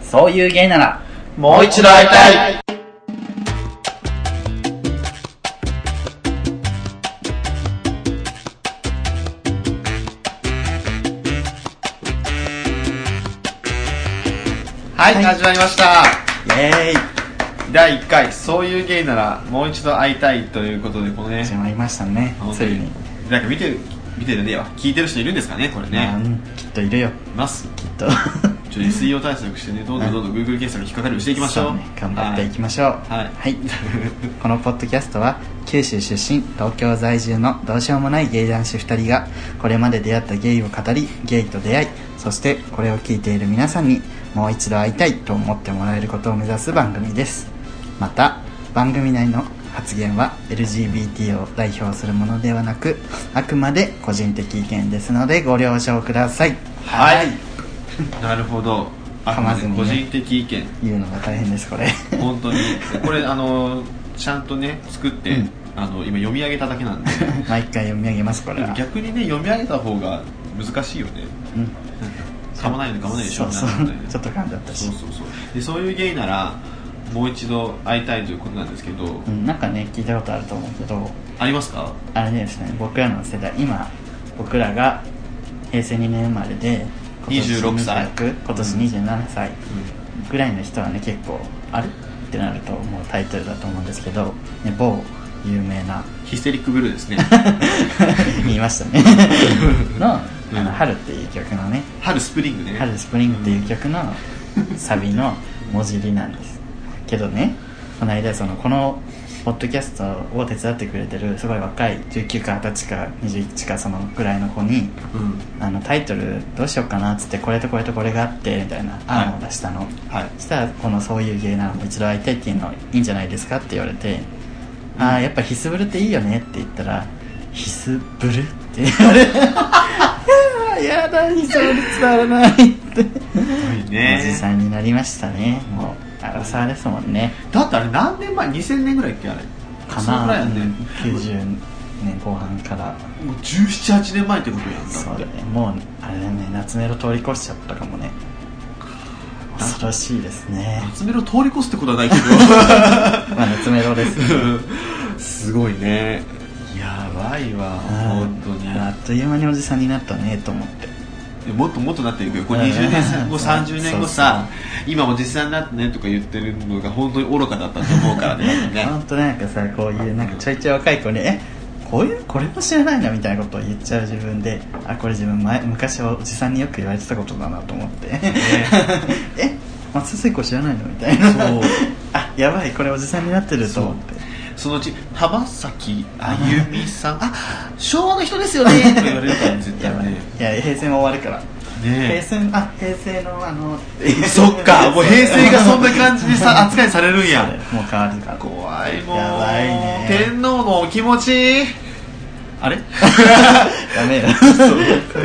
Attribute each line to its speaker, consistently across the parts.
Speaker 1: そういう芸なら、
Speaker 2: もう一度会いたいはい、
Speaker 1: はい
Speaker 2: 始まりました
Speaker 1: イェーイ
Speaker 2: 第1回「そういうゲイならもう一度会いたい」ということでこのね
Speaker 1: 始まりましたね
Speaker 2: 本、
Speaker 1: つ
Speaker 2: 当
Speaker 1: いに。
Speaker 2: なんか見てる見てるねえわ聞いてる人いるんですかねこれ
Speaker 1: まあう
Speaker 2: ね
Speaker 1: んきっといるよ、
Speaker 2: います
Speaker 1: きっと。
Speaker 2: ちょっと SEO 対策してねどんどんどんどん Google 検索に引っかかるようにしていきましょう
Speaker 1: そうね頑張っていきましょう。
Speaker 2: はい
Speaker 1: はい。 このポッドキャストは、九州出身、東京在住のどうしようもないゲイ男子2人が、これまで出会ったゲイを語り、ゲイと出会い、そしてこれを聞いている皆さんに、もう一度会いたいと思ってもらえることを目指す番組です。また、番組内の発言は LGBT を代表するものではなく、あくまで個人的意見ですのでご了承ください。
Speaker 2: はい なるほどあ
Speaker 1: 噛まずにね
Speaker 2: 個人的意見
Speaker 1: 言うのが大変です、これ。
Speaker 2: 本当にこれあのちゃんとね作って、
Speaker 1: うん
Speaker 2: あの今読み上げただけなんで
Speaker 1: 毎回読み上げます、これは。
Speaker 2: 逆にね読み上げた方が難しいよね
Speaker 1: うん
Speaker 2: 噛まないの噛まないでしょ
Speaker 1: そう
Speaker 2: み
Speaker 1: そ
Speaker 2: たいうなね
Speaker 1: ちょっと噛んじゃったし
Speaker 2: そうそうそうでそういうゲイならもう一度会いたいということなんですけど、
Speaker 1: うん、なんかね聞いたことあると思うけど
Speaker 2: ありますか
Speaker 1: あれですね僕らの世代今僕らが平成2年生まれで今年
Speaker 2: 26歳
Speaker 1: 26今年27歳ぐらいの人はね結構あれってなると思うタイトルだと思うんですけど、ね、某有名な
Speaker 2: ヒステリックブルーですね
Speaker 1: 言いました ねのあの「春」っていう曲のね
Speaker 2: 春スプリングね
Speaker 1: 「春スプリング」っていう曲のサビの文字入りなんですけどねこの間そのこのポッドキャストを手伝ってくれてるすごい若い19か20か21かそのぐらいの子に
Speaker 2: うん
Speaker 1: あのタイトルどうしようかなっつってこれとこれとこれがあってみたいな案を出したの、
Speaker 2: はい
Speaker 1: そしたらこの「そういう芸ならもう一度会いたい」っていうのいいんじゃないですかって言われて「ああやっぱヒスブルっていいよね」って言ったら「ヒスブル?」って言われて「いやーやだヒスブル伝わらない」って
Speaker 2: すごい
Speaker 1: おじさ
Speaker 2: ね
Speaker 1: んになりましたねもうアラサーですもんね
Speaker 2: だってあれ何年前2000年ぐらいっけあれ
Speaker 1: か
Speaker 2: そのぐらい
Speaker 1: な、
Speaker 2: やんね、
Speaker 1: うん90年後半から
Speaker 2: もう1718年前ってことやんだ
Speaker 1: そう
Speaker 2: っ
Speaker 1: だ
Speaker 2: て
Speaker 1: ねもうあれだね夏メロ通り越しちゃったかもね恐ろしいですね
Speaker 2: 夏メロ通り越すってことはないけど
Speaker 1: まあ夏メロですね
Speaker 2: すごいねやばいわ本当に
Speaker 1: ああっという間におじさんになったねと思って
Speaker 2: もっともっとなってるけどこれ
Speaker 1: うん
Speaker 2: 20年後
Speaker 1: そう
Speaker 2: 30年後さ今も実際になってねとか言ってるのが本当に愚かだったと思うからねね
Speaker 1: ほんとなんかさこういうなんかちょいちょい若い子に「えこういうこれも知らないな」みたいなことを言っちゃう自分であこれ自分前昔おじさんによく言われてたことだなと思って「 え松瀬子知らないの?」みたいな
Speaker 2: そう
Speaker 1: あやばいこれおじさんになってると思って
Speaker 2: そのうち浜崎あゆ みさんあ昭和の人ですよねって言われるからね絶
Speaker 1: や
Speaker 2: 対
Speaker 1: ばい
Speaker 2: ね
Speaker 1: いや平成も終わるから
Speaker 2: ね
Speaker 1: 平成あ平成のあの
Speaker 2: そっかもう平成がそんな
Speaker 1: 感
Speaker 2: 感じ で さ扱いされるんや
Speaker 1: もう変わるから
Speaker 2: 怖いもう
Speaker 1: やばいね
Speaker 2: 天皇のお気持ち あれ
Speaker 1: ダメよ
Speaker 2: そう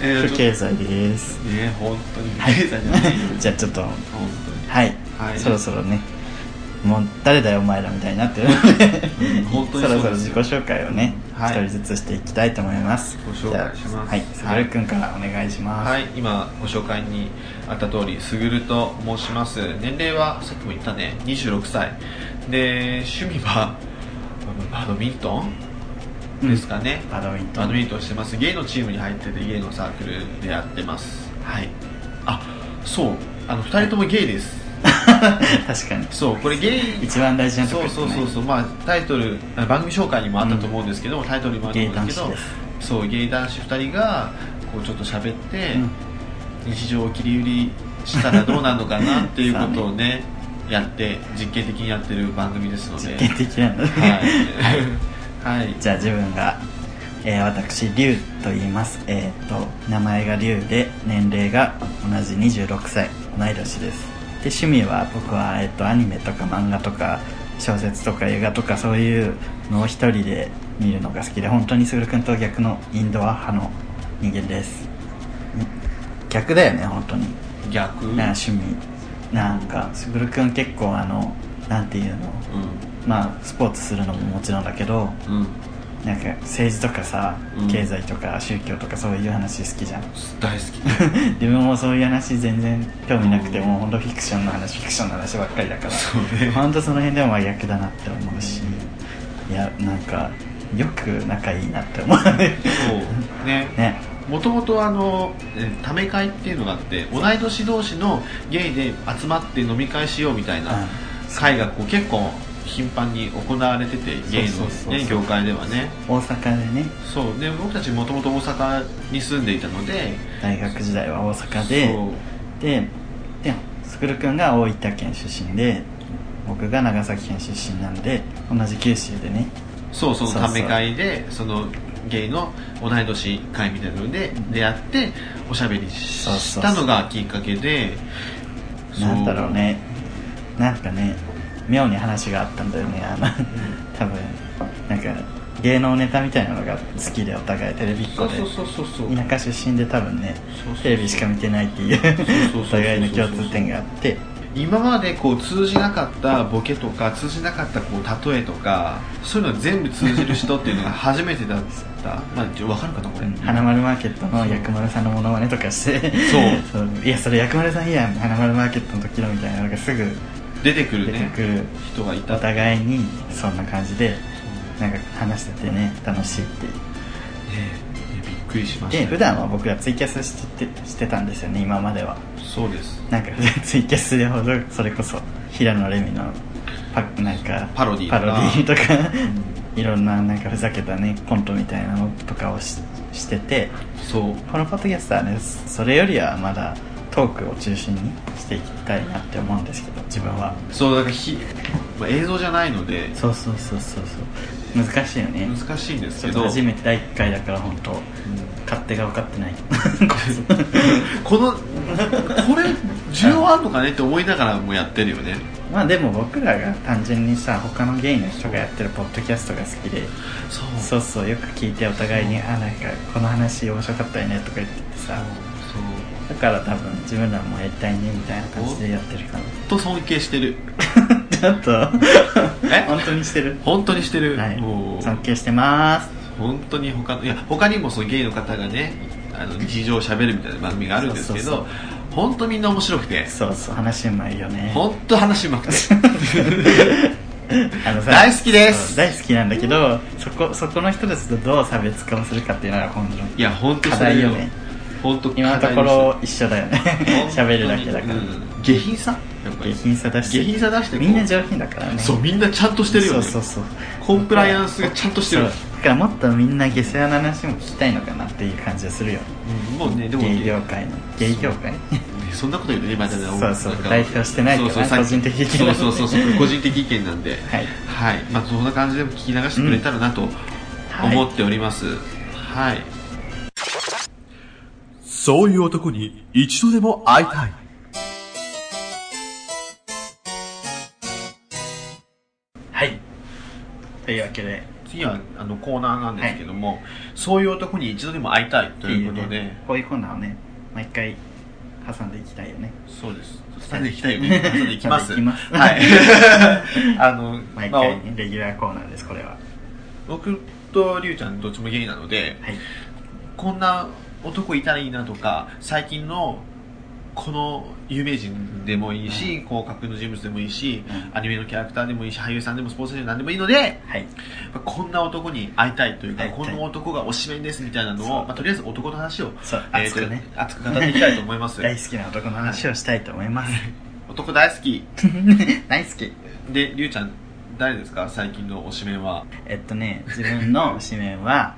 Speaker 2: えー
Speaker 1: 不
Speaker 2: ちょ
Speaker 1: 経済です
Speaker 2: ね本当に経 済じゃないよ
Speaker 1: じゃあちょっと
Speaker 2: 本当に
Speaker 1: はい、
Speaker 2: はい
Speaker 1: そろそろねもう誰だよお前らみたいになってるので、
Speaker 2: うん本当に
Speaker 1: そ
Speaker 2: そう
Speaker 1: ろ
Speaker 2: です
Speaker 1: そろ自己紹介をね一、
Speaker 2: は
Speaker 1: 人
Speaker 2: い
Speaker 1: ずつしていきたいと思います
Speaker 2: ご紹介します
Speaker 1: じゃあはいすぐるくんからお願いします、
Speaker 2: はい、今ご紹介にあった通り、すぐると申します。年齢はさっきも言ったね、26歳。で、趣味はバドミント
Speaker 1: うん
Speaker 2: ンですかね。
Speaker 1: バドミントン
Speaker 2: バドミントンしてます。ゲイのチームに入ってて、ゲイのサークルでやってます。はい。あ、そう、あの、二人ともゲイです。
Speaker 1: 確かに
Speaker 2: そう、これゲイ。
Speaker 1: 一番大事なとこ
Speaker 2: そ
Speaker 1: ろ
Speaker 2: うそうそうそう、まあ、タイトルあ番組紹介にもあったと思うんですけども、タイトルにもあったと思うんですけ
Speaker 1: ゲイ男
Speaker 2: ど
Speaker 1: 子
Speaker 2: そうゲイ男子2人がこうちょっと喋って、
Speaker 1: うん
Speaker 2: 日常を切り売りしたらどうなるのかなっていうことをねやって実験的にやってる番組ですので
Speaker 1: 実験的なので、
Speaker 2: はい、はい、
Speaker 1: じゃあ自分が、えー私龍と言いますえっ、と名前が龍で年齢が同じ26歳同い年ですで趣味は僕は、えー、とアニメとか漫画とか小説とか映画とかそういうのを一人で見るのが好きで本当に卓君と逆のインドア派の人間ですん逆だよね本当に
Speaker 2: 逆うん
Speaker 1: な趣味なんか卓君結構あのなんていうのまあスポーツするのももちろんだけど
Speaker 2: うん
Speaker 1: なんか政治とかさ、
Speaker 2: うん
Speaker 1: 経済とか宗教とかそういう話好きじゃん
Speaker 2: 大好き
Speaker 1: 自分もそういう話全然興味なくて、
Speaker 2: うん
Speaker 1: もうほんとフィクションの話フィクションの話ばっかりだから
Speaker 2: そうね
Speaker 1: ほんとその辺でも真逆だなって思うし、いやなんかよく仲いいなって思う ね
Speaker 2: そうね
Speaker 1: ね
Speaker 2: もともとあのえーため会っていうのがあって同い年同士のゲイで集まって飲み会しようみたい
Speaker 1: うん
Speaker 2: な会がこう結構頻繁に行われててゲイの、
Speaker 1: そうそうそう
Speaker 2: ね、
Speaker 1: そう
Speaker 2: 業界ではね
Speaker 1: 大阪でね
Speaker 2: そうで僕たちもともと大阪に住んでいたので
Speaker 1: 大学時代は大阪で
Speaker 2: そう
Speaker 1: ででスクル君が大分県出身で僕が長崎県出身なんで同じ九州でね
Speaker 2: そうその
Speaker 1: そうそう
Speaker 2: ため会でそのゲイの同い年会みたいなので出会っておしゃべりし
Speaker 1: そうそうそう
Speaker 2: したのがきっかけでそう
Speaker 1: なんだろうねなんかね妙に話があったんだよねあの多分なんか芸能ネタみたいなのが好きでお互いテレビっ子
Speaker 2: そう
Speaker 1: で
Speaker 2: そうそうそうそう
Speaker 1: 田舎出身で多分ね
Speaker 2: そうそう
Speaker 1: テレビしか見てないっていう
Speaker 2: そうそうそう
Speaker 1: お互いの共通点があって
Speaker 2: 今までこう通じなかったボケとか通じなかったこう例えとかそういうの全部通じる人っていうのが初めてだった、まあ、ちょわかるかなこれ、
Speaker 1: 花丸マーケットの薬丸さんのモノマネとかして
Speaker 2: そう
Speaker 1: いやそれ薬丸さんいやん花丸マーケットの時のみたいなのがすぐ
Speaker 2: 出てくる
Speaker 1: 出て
Speaker 2: ね
Speaker 1: くる
Speaker 2: 人がいた
Speaker 1: お互いにそんな感じでなんか話しててね楽しいっていう
Speaker 2: ねえびっくりしました
Speaker 1: で
Speaker 2: ね
Speaker 1: 普段は僕らツイキャスしててしてたんですよね今までは
Speaker 2: そうです
Speaker 1: なんか ツイキャスでほどそれこそ平野レミのパなんか
Speaker 2: パロディと
Speaker 1: パ
Speaker 2: か
Speaker 1: ロディとかいろんななんかふざけたねコントみたいなのとかをししてて
Speaker 2: そう
Speaker 1: このポッドキャストはねそれよりはまだトークを中心にしていきたいなって思うんですけど自分は
Speaker 2: そうだからひ、まあ、映像じゃないので
Speaker 1: そうそうそうそうそう難しいよね
Speaker 2: 難しいんです
Speaker 1: ち
Speaker 2: け
Speaker 1: ょっと
Speaker 2: ど
Speaker 1: 初めて第1回だから本当勝手が分かって ない
Speaker 2: このこれ需要あるのかねって思いながらもやってるよね
Speaker 1: まあでも僕らが単純にさ他のゲイの人がやってるポッドキャストが好きで
Speaker 2: そう
Speaker 1: そうそうよく聞いてお互いに「あなんかこの話面白かったよね」とか言っててさ
Speaker 2: そう
Speaker 1: だから多分自分らもやりたいねみたいな感じでやってるか
Speaker 2: と尊敬してる
Speaker 1: なちょっと
Speaker 2: え
Speaker 1: 本当にしてる
Speaker 2: 本当にしてる、
Speaker 1: はい
Speaker 2: もう
Speaker 1: 尊敬してます
Speaker 2: 本当に他のいや他にもそのゲイの方がねあの日常をしゃべるみたいな番組があるんですけ
Speaker 1: そうそう
Speaker 2: ど本当みんな面白くて
Speaker 1: そうそう話うまいよね
Speaker 2: 本当話う まくて
Speaker 1: あのさ
Speaker 2: 大好きです
Speaker 1: そう大好きなんだけどそこそこの人たちとどう差別化をするかっていうのが本当
Speaker 2: いや本当
Speaker 1: 課
Speaker 2: それ
Speaker 1: 題よ
Speaker 2: よ
Speaker 1: ね
Speaker 2: 本当
Speaker 1: 今のところ一緒だよね
Speaker 2: 課題でし た
Speaker 1: 喋るだけだから、
Speaker 2: うん下品さやっぱり
Speaker 1: 下品さ出して
Speaker 2: 下品さ出してこう
Speaker 1: みんな上品だからね
Speaker 2: そうみんなちゃんとしてるよね
Speaker 1: そうそうそう
Speaker 2: コンプライアンスがちゃんとしてる
Speaker 1: そうだからもっとみんな下世話な話も聞きたいのかなっていう感じがするよ
Speaker 2: うんもうねでも
Speaker 1: 芸業
Speaker 2: ね
Speaker 1: 界の芸業 界
Speaker 2: そんなこと言うとねまだね
Speaker 1: そうそう
Speaker 2: なんか
Speaker 1: 代表してないけどな
Speaker 2: そうそうさっき
Speaker 1: 個人的意見なんで
Speaker 2: そうそうそうそう個人的意見なんで
Speaker 1: はい
Speaker 2: はい、まあ、そんな感じでも聞き流してくれたらなと思っております、はい、
Speaker 3: そういう男に一度でも会いたい。
Speaker 1: はいというわけで
Speaker 2: 次はあのコーナーなんですけども、そういう男に一度でも会いたいということで
Speaker 1: ねこういうコーナーをね毎回挟んでいきたいよね
Speaker 2: そうです伝えていきたいよね伝えていきます
Speaker 1: 伝えていきます
Speaker 2: はい あの、
Speaker 1: 毎
Speaker 2: まあ
Speaker 1: 回、ねレギュラーコーナーですこれは
Speaker 2: 僕とりゅうちゃんどっちもゲイなので
Speaker 1: はい
Speaker 2: こんな男いたらいいなとか最近のこの有名人でもいいし、こう架空の人物でもいいし、
Speaker 1: う
Speaker 2: アニメのキャラクターでもいいし俳優さんでもスポーツ選手なんでもいいので
Speaker 1: はい
Speaker 2: こんな男に会いたいというか
Speaker 1: 会いたい
Speaker 2: この男が推しメンですみたいなの
Speaker 1: そ
Speaker 2: を、
Speaker 1: う
Speaker 2: まあ、とりあえず男の話を
Speaker 1: そう
Speaker 2: えー
Speaker 1: 熱くね
Speaker 2: と熱く語っていきたいと思いま す
Speaker 1: 大好きな男の話をしたいと思います
Speaker 2: 男大好き
Speaker 1: 大好き
Speaker 2: でりゅうちゃん誰ですか最近の推しメンは
Speaker 1: えっとね自分の 紙面は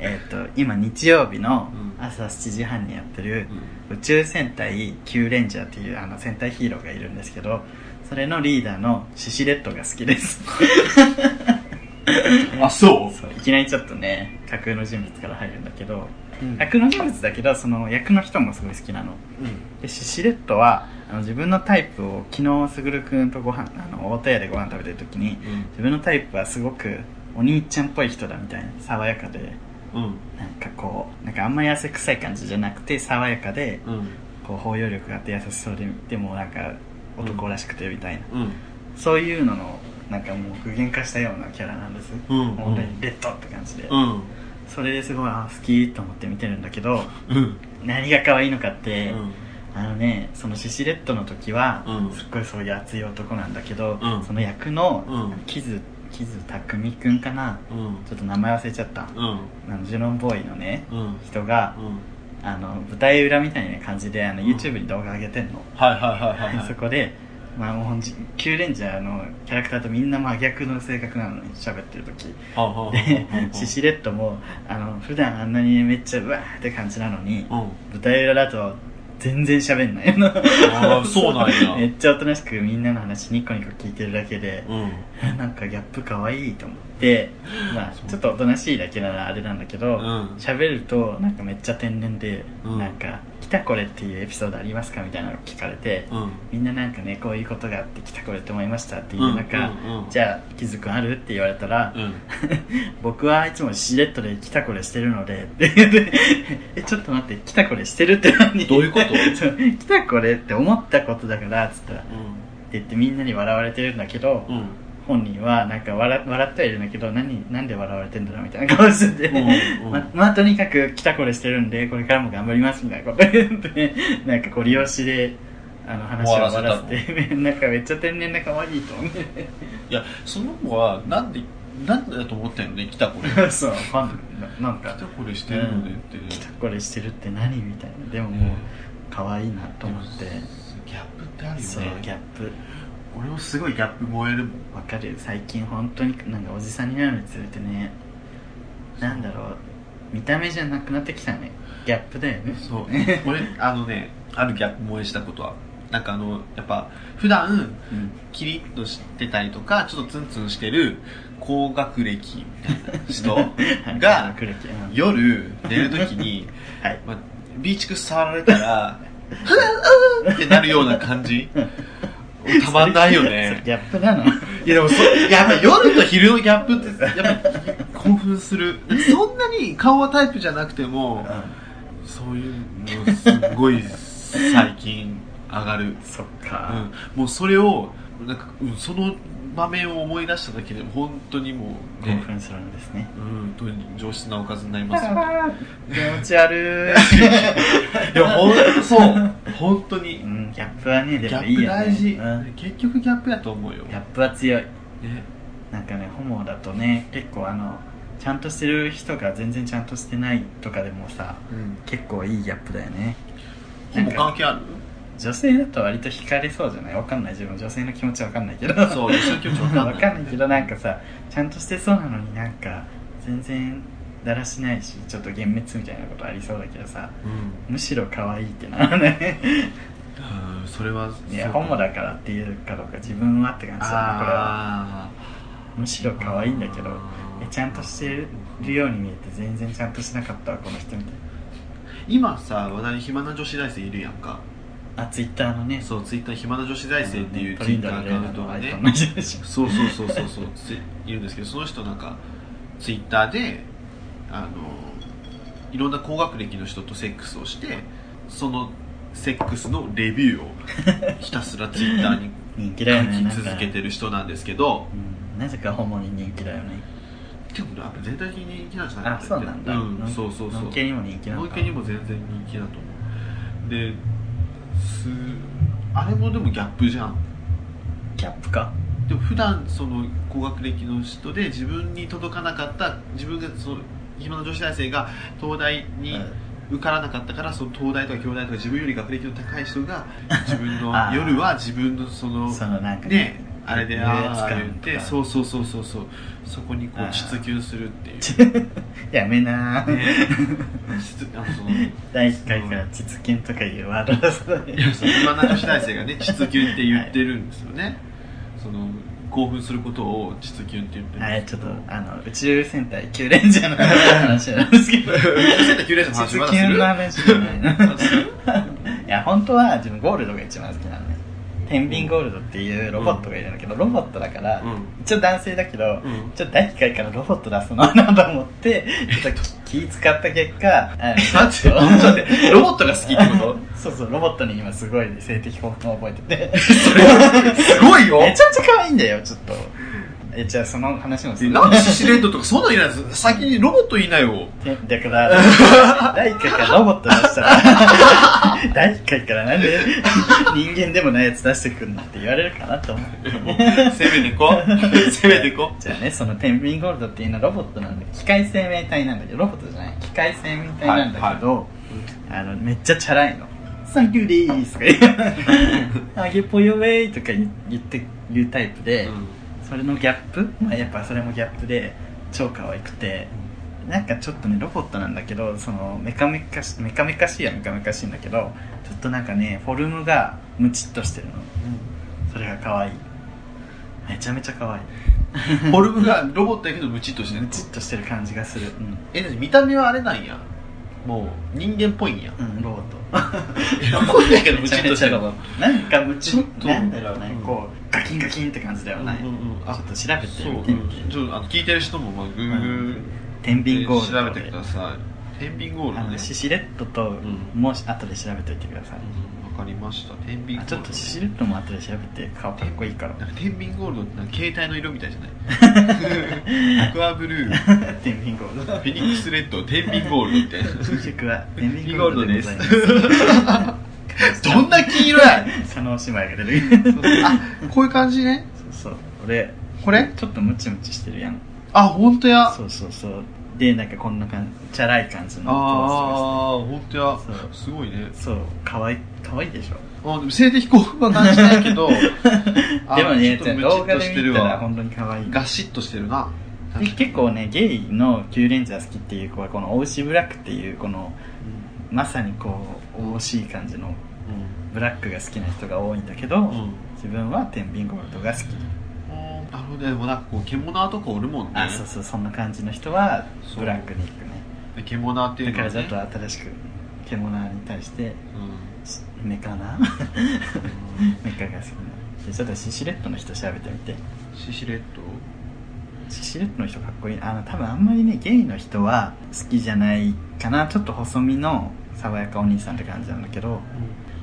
Speaker 1: えっと今日曜日の
Speaker 2: うん
Speaker 1: 朝7時半にやってる
Speaker 2: うん
Speaker 1: 宇宙戦隊 Q レンジャーっていうあの戦隊ヒーローがいるんですけどそれのリーダーのシシレットが好きです
Speaker 2: あそ
Speaker 1: そういきなりちょっとね架空の人物から入るんだけど
Speaker 2: う、うん
Speaker 1: 架空の人物だけどその役の人もすごい好きなのでシシレットはあの自分のタイプを昨日すぐるくんとご飯あの大戸屋でご飯食べてる時に
Speaker 2: うん
Speaker 1: 自分のタイプはすごくお兄ちゃんっぽい人だみたいな爽やかで
Speaker 2: うん
Speaker 1: なんかこうなんかあんまり汗臭い感じじゃなくて爽やかで
Speaker 2: うん
Speaker 1: こう包容力があって優しそうででもなんか男らしくてみたいな、
Speaker 2: うん
Speaker 1: そういうののなんかもう具現化したようなキャラなんです、
Speaker 2: うん
Speaker 1: もうレ
Speaker 2: うん
Speaker 1: レッドって感じで、
Speaker 2: うん
Speaker 1: それですごいあ好きと思って見てるんだけど
Speaker 2: うん
Speaker 1: 何が可愛いのかって、
Speaker 2: うん
Speaker 1: あのねそのシシレットの時は、
Speaker 2: うん
Speaker 1: すっごいそういう熱い男なんだけど、
Speaker 2: うん
Speaker 1: その役の、
Speaker 2: うん
Speaker 1: キズキズタクミくんかな
Speaker 2: うん
Speaker 1: ちょっと名前忘れちゃった、
Speaker 2: うん
Speaker 1: あのジュノンボーイのね、
Speaker 2: うん
Speaker 1: 人が、
Speaker 2: うん
Speaker 1: あの舞台裏みたいな感じであの
Speaker 2: うん
Speaker 1: YouTube に動画上げてんの、
Speaker 2: はいはいはいはいは い
Speaker 1: そこで、まあ、もうほんじキューレンジャーのキャラクターとみんな真逆の性格なのに喋ってる時
Speaker 2: はあはあはあは
Speaker 1: で
Speaker 2: あ
Speaker 1: シシレットもあの普段あんなにめっちゃうわーって感じなのに、
Speaker 2: うん
Speaker 1: 舞台裏だと全然喋んないの
Speaker 2: あーそうなんや
Speaker 1: めっちゃおとなしくみんなの話ニコニコ聞いてるだけで、
Speaker 2: うん
Speaker 1: なんかギャップ可愛いと思って、まあ、ちょっとおとなしいだけならあれなんだけど
Speaker 2: うん
Speaker 1: 喋、るとなんかめっちゃ天然で、
Speaker 2: うん
Speaker 1: なんか「来たこれ」っていうエピソードありますかみたいなのを聞かれて、
Speaker 2: うん
Speaker 1: みんななんかねこういうことがあって来たこれって思いましたっていう中、
Speaker 2: うんうん
Speaker 1: じゃあ気づくんあるって言われたら、
Speaker 2: うん
Speaker 1: 僕はいつもシレットで来たこれしてるのでって言って えちょっと待って来たこれしてるって何
Speaker 2: どういうこと
Speaker 1: そう来たこれって思ったことだからっつったらって
Speaker 2: う
Speaker 1: 言ってみんなに笑われてるんだけど、
Speaker 2: んうん
Speaker 1: 本人はなんか笑笑ってはいるんだけど何なんで笑われてんだろうみたいな顔してて、
Speaker 2: うんうん
Speaker 1: ままあとにかく来たこれしてるんでこれからも頑張りますみたいなこと言って なんかご利用しであの話を終わらせて なんかめっちゃ天然な可愛いと思って
Speaker 2: いやその子はなんでなんでだと思ったよね来たこれ
Speaker 1: そうファンななんか
Speaker 2: 来たこれしてるのでって
Speaker 1: うん来たこれしてるって何みたいなでももう可愛いなと思って、
Speaker 2: ギャップってあるよね
Speaker 1: そうギャップ
Speaker 2: 俺もすごいギャップ燃えるもん
Speaker 1: わかる最近本当になんかおじさんになるにつれてねなんだろう見た目じゃなくなってきたねギャップだよね
Speaker 2: そう俺あのねあるギャップ萌えしたことはなんかあのやっぱ普段
Speaker 1: うん
Speaker 2: キリッとしてたりとかちょっとツンツンしてる高学歴みたいな人が
Speaker 1: 来る気うん
Speaker 2: 夜寝るときに、
Speaker 1: はい
Speaker 2: まあ、ビーチク触られたら「うわうわってなるような感じたまんない よ
Speaker 1: それ
Speaker 2: ね
Speaker 1: ギャップな の
Speaker 2: いやでもそやっぱ夜と昼のギャップってやっぱ興奮するそんなに顔はタイプじゃなくても、そういうのすごい最近上がる、
Speaker 1: そっ
Speaker 2: う
Speaker 1: か
Speaker 2: ん、もうそれをなんか、うん、その場面を思い出しただけで本当にもう
Speaker 1: 興
Speaker 2: ね、
Speaker 1: 奮するのですね
Speaker 2: うん、本当に上質なおかずになり
Speaker 1: 気
Speaker 2: ますよ
Speaker 1: 持ち 悪
Speaker 2: いや本当そう本当
Speaker 1: い
Speaker 2: に
Speaker 1: うんギャップはね
Speaker 2: ギ
Speaker 1: で
Speaker 2: ャ
Speaker 1: もい
Speaker 2: ッ
Speaker 1: い
Speaker 2: プ
Speaker 1: よね
Speaker 2: 大事、
Speaker 1: うん
Speaker 2: 結局ギャップやと思うよ、
Speaker 1: ギャップは強い
Speaker 2: ね、
Speaker 1: なんかねホモだとね結構あのちゃんとしてる人が全然ちゃんとしてないとかでもさ
Speaker 2: うん
Speaker 1: 結構いいギャップだよね
Speaker 2: ほぼ関係ある
Speaker 1: 女性だと割と惹かれそうじゃないわかんない自分女性の気持ちわかんないけど
Speaker 2: そう一緒の気持ちわかんない
Speaker 1: わかんないけどなんかさちゃんとしてそうなのになんか全然だらしないしちょっと幻滅みたいなことありそうだけどさ
Speaker 2: うん
Speaker 1: むしろ可愛いってならね
Speaker 2: うんそれはい
Speaker 1: やホモだからっていうかどうか自分はって感じだなこれは
Speaker 2: あ
Speaker 1: むしろ可愛いんだけど
Speaker 2: あー
Speaker 1: えちゃんとしてるように見えて全然ちゃんとしなかったわこの人みたい
Speaker 2: ー今さ話題に暇な女子大生いるやんか
Speaker 1: なあツイッターのね
Speaker 2: そうツイッター暇な女子大生っていう
Speaker 1: ト
Speaker 2: ツイ
Speaker 1: リン
Speaker 2: ッ
Speaker 1: ド
Speaker 2: ターア
Speaker 1: ルレ
Speaker 2: カ
Speaker 1: イ
Speaker 2: ウ
Speaker 1: ナ
Speaker 2: ント
Speaker 1: の
Speaker 2: が
Speaker 1: あれ
Speaker 2: ね
Speaker 1: と同じでしょ
Speaker 2: そうそうそうそうそうついいるんですけどその人なんかツイッターであのいろんな高学歴の人とセックスをしてそのセックスのレビュ ーをひたすらツイッターに
Speaker 1: 人気だよねなん
Speaker 2: 書
Speaker 1: か
Speaker 2: き続けてる人なんですけど
Speaker 1: うんなぜかホモに人気だよね
Speaker 2: でもねあ全体的に人気なんじゃない
Speaker 1: あそうなんだ、
Speaker 2: うん、そうそうそう
Speaker 1: のっけにも人気なん
Speaker 2: ノ
Speaker 1: だ
Speaker 2: イケにも全然人気だと思うですあれもでもギャップじゃん
Speaker 1: キャップか
Speaker 2: でも普段その高学歴の人で自分に届かなかった自分がその今の女子大生が東大に
Speaker 1: うん
Speaker 2: 受からなかったからその東大とか京大とか自分より学歴の高い人 が自分の
Speaker 1: あー
Speaker 2: 夜は自分のその
Speaker 1: そのなんか
Speaker 2: ねあれで
Speaker 1: ね
Speaker 2: ああ
Speaker 1: 使う
Speaker 2: 言っ
Speaker 1: とか
Speaker 2: てそうそうそうそうそうそこにこ
Speaker 1: あー
Speaker 2: う出球するっていう、
Speaker 1: やめなー、
Speaker 2: ね、 出あのその
Speaker 1: 第1回から実験とかいうワードだそれ
Speaker 2: いやその今の女子大生がね「膣球」って言ってるんですよね、その興奮することを「膣球」って言ってるん
Speaker 1: あれ
Speaker 2: です
Speaker 1: ち
Speaker 2: け
Speaker 1: ょっ
Speaker 2: ど
Speaker 1: とあの宇宙戦隊キュレンジャーの話なんですけど
Speaker 2: 宇宙戦隊キュレンジャーの話まだする
Speaker 1: 実験の話 じゃないないや本当は自分ゴールドが一番好きなのね天秤ゴールドっていうロボットがいるんだけど、ロボットだから、
Speaker 2: うん
Speaker 1: 一応男性だけど、
Speaker 2: うん
Speaker 1: ちょっと第1回からロボット出すのなと思ってちょっと気気使った結果あの
Speaker 2: だってちょっと 待ってロボットが好きってこと
Speaker 1: そうそうロボットに今すごい性的興奮を覚えてて
Speaker 2: すごいよ
Speaker 1: めちゃめちゃ可愛いんだよちょっとえじゃあその話もす
Speaker 2: え
Speaker 1: る
Speaker 2: なんでシシレッドとかそんなんいないです先にロボット言いなよ
Speaker 1: えだから、誰かがロボット出したら、誰かからなんで人間でもないやつ出してくんのって言われるかなと思う。
Speaker 2: 攻めて こう攻めてこ
Speaker 1: じゃあね、そのペンギンゴールドっていうのはロボットなんだ機械生命体なんだけど、ロボットじゃない、機械生命体なんだけど、あの、めっちゃチャラいの。サンキューでーすとか言 う。あげぽよウェイとか言って、言うタイプ
Speaker 2: う
Speaker 1: で、
Speaker 2: うん
Speaker 1: それのギャップ、まあ、やっぱそれもギャップで超可愛くてなんかちょっとねロボットなんだけどそのメカメカしメカメカしいやメカメカしいんだけどちょっとなんかねフォルムがムチっとしてるのそれが可愛いめちゃめちゃ可 愛い
Speaker 2: フォルムがロボットやけどムチっとして
Speaker 1: ム
Speaker 2: る
Speaker 1: チっとしてる感じがする
Speaker 2: えで見た目はあれなんやもう人間っぽいんや
Speaker 1: うん、うん、ロボット
Speaker 2: ロボットやけどム
Speaker 1: めち
Speaker 2: チ
Speaker 1: ゃ
Speaker 2: っと
Speaker 1: め
Speaker 2: し
Speaker 1: ちゃ
Speaker 2: て
Speaker 1: ロ
Speaker 2: る
Speaker 1: ボットなんかムチ
Speaker 2: ちょっと
Speaker 1: なんだろうね、
Speaker 2: うん
Speaker 1: こうガキンガキンって感じではない、
Speaker 2: うんうんうん
Speaker 1: ちょっと調べ
Speaker 2: そ
Speaker 1: て
Speaker 2: う、
Speaker 1: み
Speaker 2: う
Speaker 1: てみ
Speaker 2: ん
Speaker 1: て、
Speaker 2: ちょっとあの聞いてる人も、まあ、Google
Speaker 1: 天
Speaker 2: で
Speaker 1: 秤ゴールド
Speaker 2: 調べてください。天秤ゴール
Speaker 1: あ
Speaker 2: ド
Speaker 1: の
Speaker 2: ね。
Speaker 1: シシレットと、
Speaker 2: ん
Speaker 1: もし後で調べておいてください、
Speaker 2: うんわかりました。天秤ゴー
Speaker 1: あ
Speaker 2: ルド。
Speaker 1: ちょっとシシレットも後で調べて顔かっこいいから
Speaker 2: なんか天秤ゴールドってなんか携帯の色みたいじゃない アクアブルー、フ
Speaker 1: 天秤ゴールド
Speaker 2: ェニックスレッド、天秤ゴールド みたいな。
Speaker 1: 新宿は天秤
Speaker 2: 秤
Speaker 1: ゴ
Speaker 2: ゴ
Speaker 1: ー
Speaker 2: ー
Speaker 1: ル
Speaker 2: ル
Speaker 1: ド
Speaker 2: ド
Speaker 1: で
Speaker 2: で
Speaker 1: ご
Speaker 2: す
Speaker 1: ざいます。
Speaker 2: どんな黄色や
Speaker 1: そのお姉妹が出る
Speaker 2: そうそうあ、こういう感じね。
Speaker 1: そうそう俺
Speaker 2: これ
Speaker 1: ちょっとムチムチしてるやん
Speaker 2: あ、ほんとや。あ
Speaker 1: そうそうそうでなんかこんな感じチャラい感じの
Speaker 2: あー、ほんとや
Speaker 1: そう。
Speaker 2: すごいね
Speaker 1: ポー。ズをしてそうかわいいかわいいでしょ、
Speaker 2: あでも性的興奮は感じないけど
Speaker 1: でもね
Speaker 2: あちょっとムチ
Speaker 1: 動
Speaker 2: ッ
Speaker 1: 画
Speaker 2: と
Speaker 1: で
Speaker 2: して
Speaker 1: 見
Speaker 2: る
Speaker 1: たら
Speaker 2: わ。
Speaker 1: 本当にかわいい
Speaker 2: ガシッとしてるな。
Speaker 1: で結構ねゲイのキューレンジャー好きっていう子はこのオウシブラックっていうこのまさにこうおおしい感じのブラックが好きな人が多いんだけど、
Speaker 2: うん。うん
Speaker 1: 自分は天秤ゴールドが好き、
Speaker 2: なるほどでもなんかこう獣とかおるもんね
Speaker 1: あそうそうそんな感じの人は
Speaker 2: そう
Speaker 1: ブラックに行くね
Speaker 2: で獣ってい
Speaker 1: だ
Speaker 2: う
Speaker 1: か
Speaker 2: のは、
Speaker 1: ら
Speaker 2: ね、
Speaker 1: ちょっと新しく獣に対してしメカな
Speaker 2: うん
Speaker 1: メカが好きなでちょっとシシレットの人調べてみて
Speaker 2: シシレット
Speaker 1: シシレットの人かっこいいあの多分あんまりねゲイの人は好きじゃないかなちょっと細身の爽やかお兄さんって感じなんだけど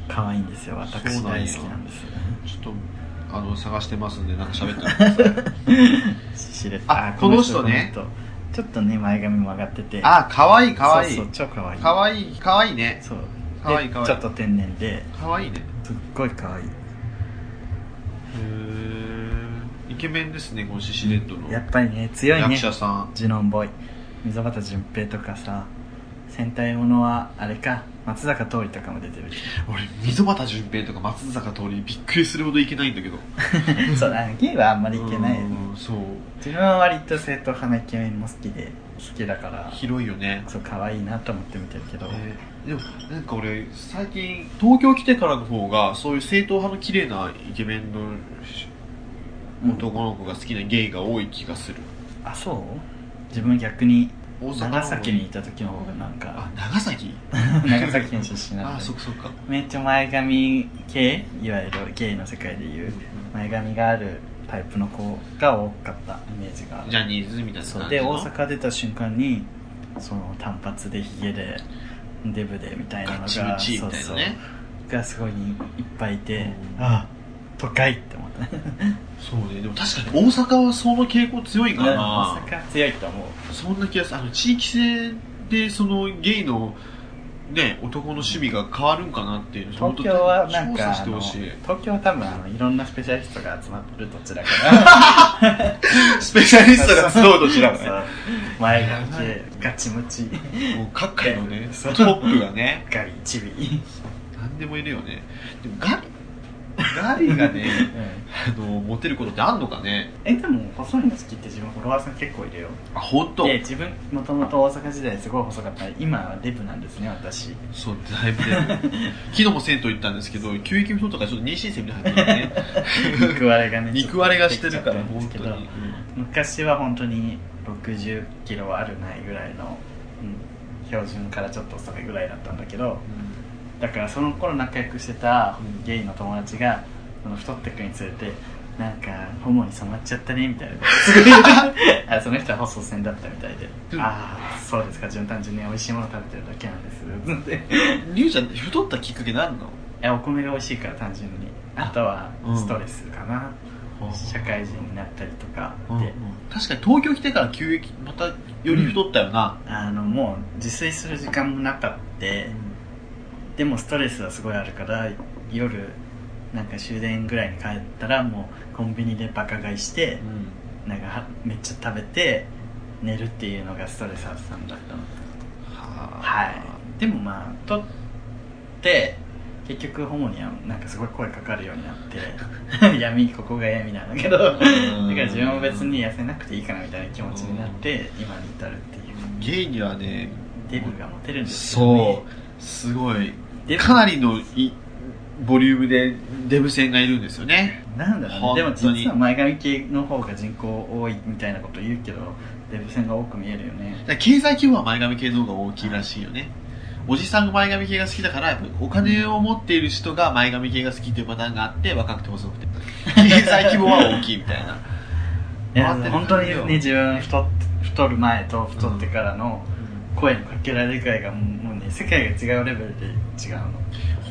Speaker 1: 可愛いんですよ私
Speaker 2: そうなん
Speaker 1: 大
Speaker 2: や
Speaker 1: 好きなんですよ
Speaker 2: ちょっとあの探してますんでなんか喋ってください
Speaker 1: シシレット
Speaker 2: あこの人ね
Speaker 1: この人ちょっとね前髪も上がってて
Speaker 2: あかわいいかわいい
Speaker 1: そうそう超可愛い
Speaker 2: かわいいかわいいね
Speaker 1: そう
Speaker 2: かわいい
Speaker 1: で
Speaker 2: かわいい
Speaker 1: ちょっと天然で
Speaker 2: かわいいね
Speaker 1: すっごい可愛い
Speaker 2: へえイケメンですねこのシシレットの
Speaker 1: やっぱりね強いね
Speaker 2: 役者さん
Speaker 1: ジュノンボーイ溝端淳平とかさ戦隊ものはあれか松坂桃李とかも出てるけ
Speaker 2: 俺溝端淳平とか松坂桃李びっくりするほどいけないんだけど
Speaker 1: ど そうあのゲイはあんまりいけない
Speaker 2: うんそう
Speaker 1: 自分は割と正統派なイケメンも好きで好きだから
Speaker 2: 広いよね
Speaker 1: そう可愛いなと思って見てるけど、
Speaker 2: えーでもなんか俺最近東京来てからの方がそういう正統派の綺麗なイケメンのし
Speaker 1: うん
Speaker 2: 男の子が好きなゲイが多い気がする、
Speaker 1: あそう自分逆に
Speaker 2: 大阪の方
Speaker 1: 長崎にいた時の方がなんか
Speaker 2: あ長崎
Speaker 1: 長崎県出身な
Speaker 2: あ
Speaker 1: ので
Speaker 2: そっかそっか
Speaker 1: めっちゃ前髪系いわゆるゲイの世界でいう前髪があるタイプの子が多かったイメージがある
Speaker 2: ジャニーズみたいな感じ
Speaker 1: そ
Speaker 2: の
Speaker 1: うで大阪出た瞬間にその短髪でヒゲでデブでみたいなの
Speaker 2: ガ
Speaker 1: が
Speaker 2: チムチみたいなね
Speaker 1: そうそうがすごいいっぱいいて
Speaker 2: うん
Speaker 1: ああ都会って思った ね
Speaker 2: そうねでも確かに大阪はその傾向強い
Speaker 1: 大
Speaker 2: かな
Speaker 1: 阪強いと思う
Speaker 2: そんな気がするあの地域性でそのゲイのね男の趣味が変わるんかなっていうの
Speaker 1: 東京はなん
Speaker 2: 調査
Speaker 1: か
Speaker 2: し
Speaker 1: あ
Speaker 2: て
Speaker 1: の
Speaker 2: ほ
Speaker 1: 東
Speaker 2: しい
Speaker 1: 京は多分あのいろんなスペシャリストが集まってる土地だから
Speaker 2: スペシャリストが集うと知らんね
Speaker 1: そう前髪系ガチムチ
Speaker 2: もう各界のね
Speaker 1: そ
Speaker 2: ト
Speaker 1: う
Speaker 2: ップがね
Speaker 1: ガリチビ
Speaker 2: 何でもいるよねでもガリガリがね あのモテることってあんのかね
Speaker 1: えでも細いの好きって自分フォロワーさん結構いるよ
Speaker 2: あ本当
Speaker 1: で自分もともと大阪時代すごい細かった今はデブなんですね私
Speaker 2: そうだいぶね 昨日も銭湯行ったんですけど急激太ったからちょっと妊娠生みたいな入ってたね
Speaker 1: 肉割れがね
Speaker 2: 肉割れがしてるから
Speaker 1: ちょっとで
Speaker 2: 本
Speaker 1: き
Speaker 2: 当
Speaker 1: ちゃってるん
Speaker 2: に
Speaker 1: ですけど昔は本当に6 0キロあるないぐらいの、うん標準からちょっと遅いぐらいだったんだけどだからその頃仲良くしてた
Speaker 2: うん
Speaker 1: ゲイの友達がその太ってくにつれてなんかホモに染まっちゃったねみたい なあその人は細線だったみたいで、
Speaker 2: うん
Speaker 1: ああそうですか純単純に美味しいもの食べてるだけなんですって
Speaker 2: うんリュウちゃんって太ったきっかけ何なの
Speaker 1: えお米が美味しいから単純にあとは
Speaker 2: うん
Speaker 1: ストレスかな、社会人になったりとか
Speaker 2: うん
Speaker 1: で、
Speaker 2: 確かに東京来てから急激またより太ったよな、
Speaker 1: あのもう自炊する時間もなかったでもストレスはすごいあるから夜なんか終電ぐらいに帰ったらもうコンビニでバカ買いして
Speaker 2: うん
Speaker 1: なんかはめっちゃ食べて寝るっていうのがストレス発散だったの
Speaker 2: はあ
Speaker 1: はいでもまあとって結局ホモにはなんかすごい声かかるようになって 闇ここが闇なんだけどだから自分も別に痩せなくていいかなみたいな気持ちになって今に至るっていう
Speaker 2: ゲイにはね
Speaker 1: デブがモテるんですよね
Speaker 2: そうすごい
Speaker 1: デブ
Speaker 2: かなりのいボリュームでデブ戦がいるんですよね
Speaker 1: なんだろうねでも
Speaker 2: 本当に
Speaker 1: 実は前髪系の方が人口多いみたいなこと言うけどデブ戦が多く見えるよ
Speaker 2: だ
Speaker 1: ね
Speaker 2: から経済規模は前髪系の方が大きいらしいよねおじさんが前髪系が好きだからやっぱりお金を持っている人が前髪系が好きっていうパターンがあって若くて細くて経済規模は大きいみたいな
Speaker 1: いや
Speaker 2: 回ってる
Speaker 1: 本当にね自分太っ太る前と太ってからの声のかけられ具合がもうね世界が違うレベルで違うの、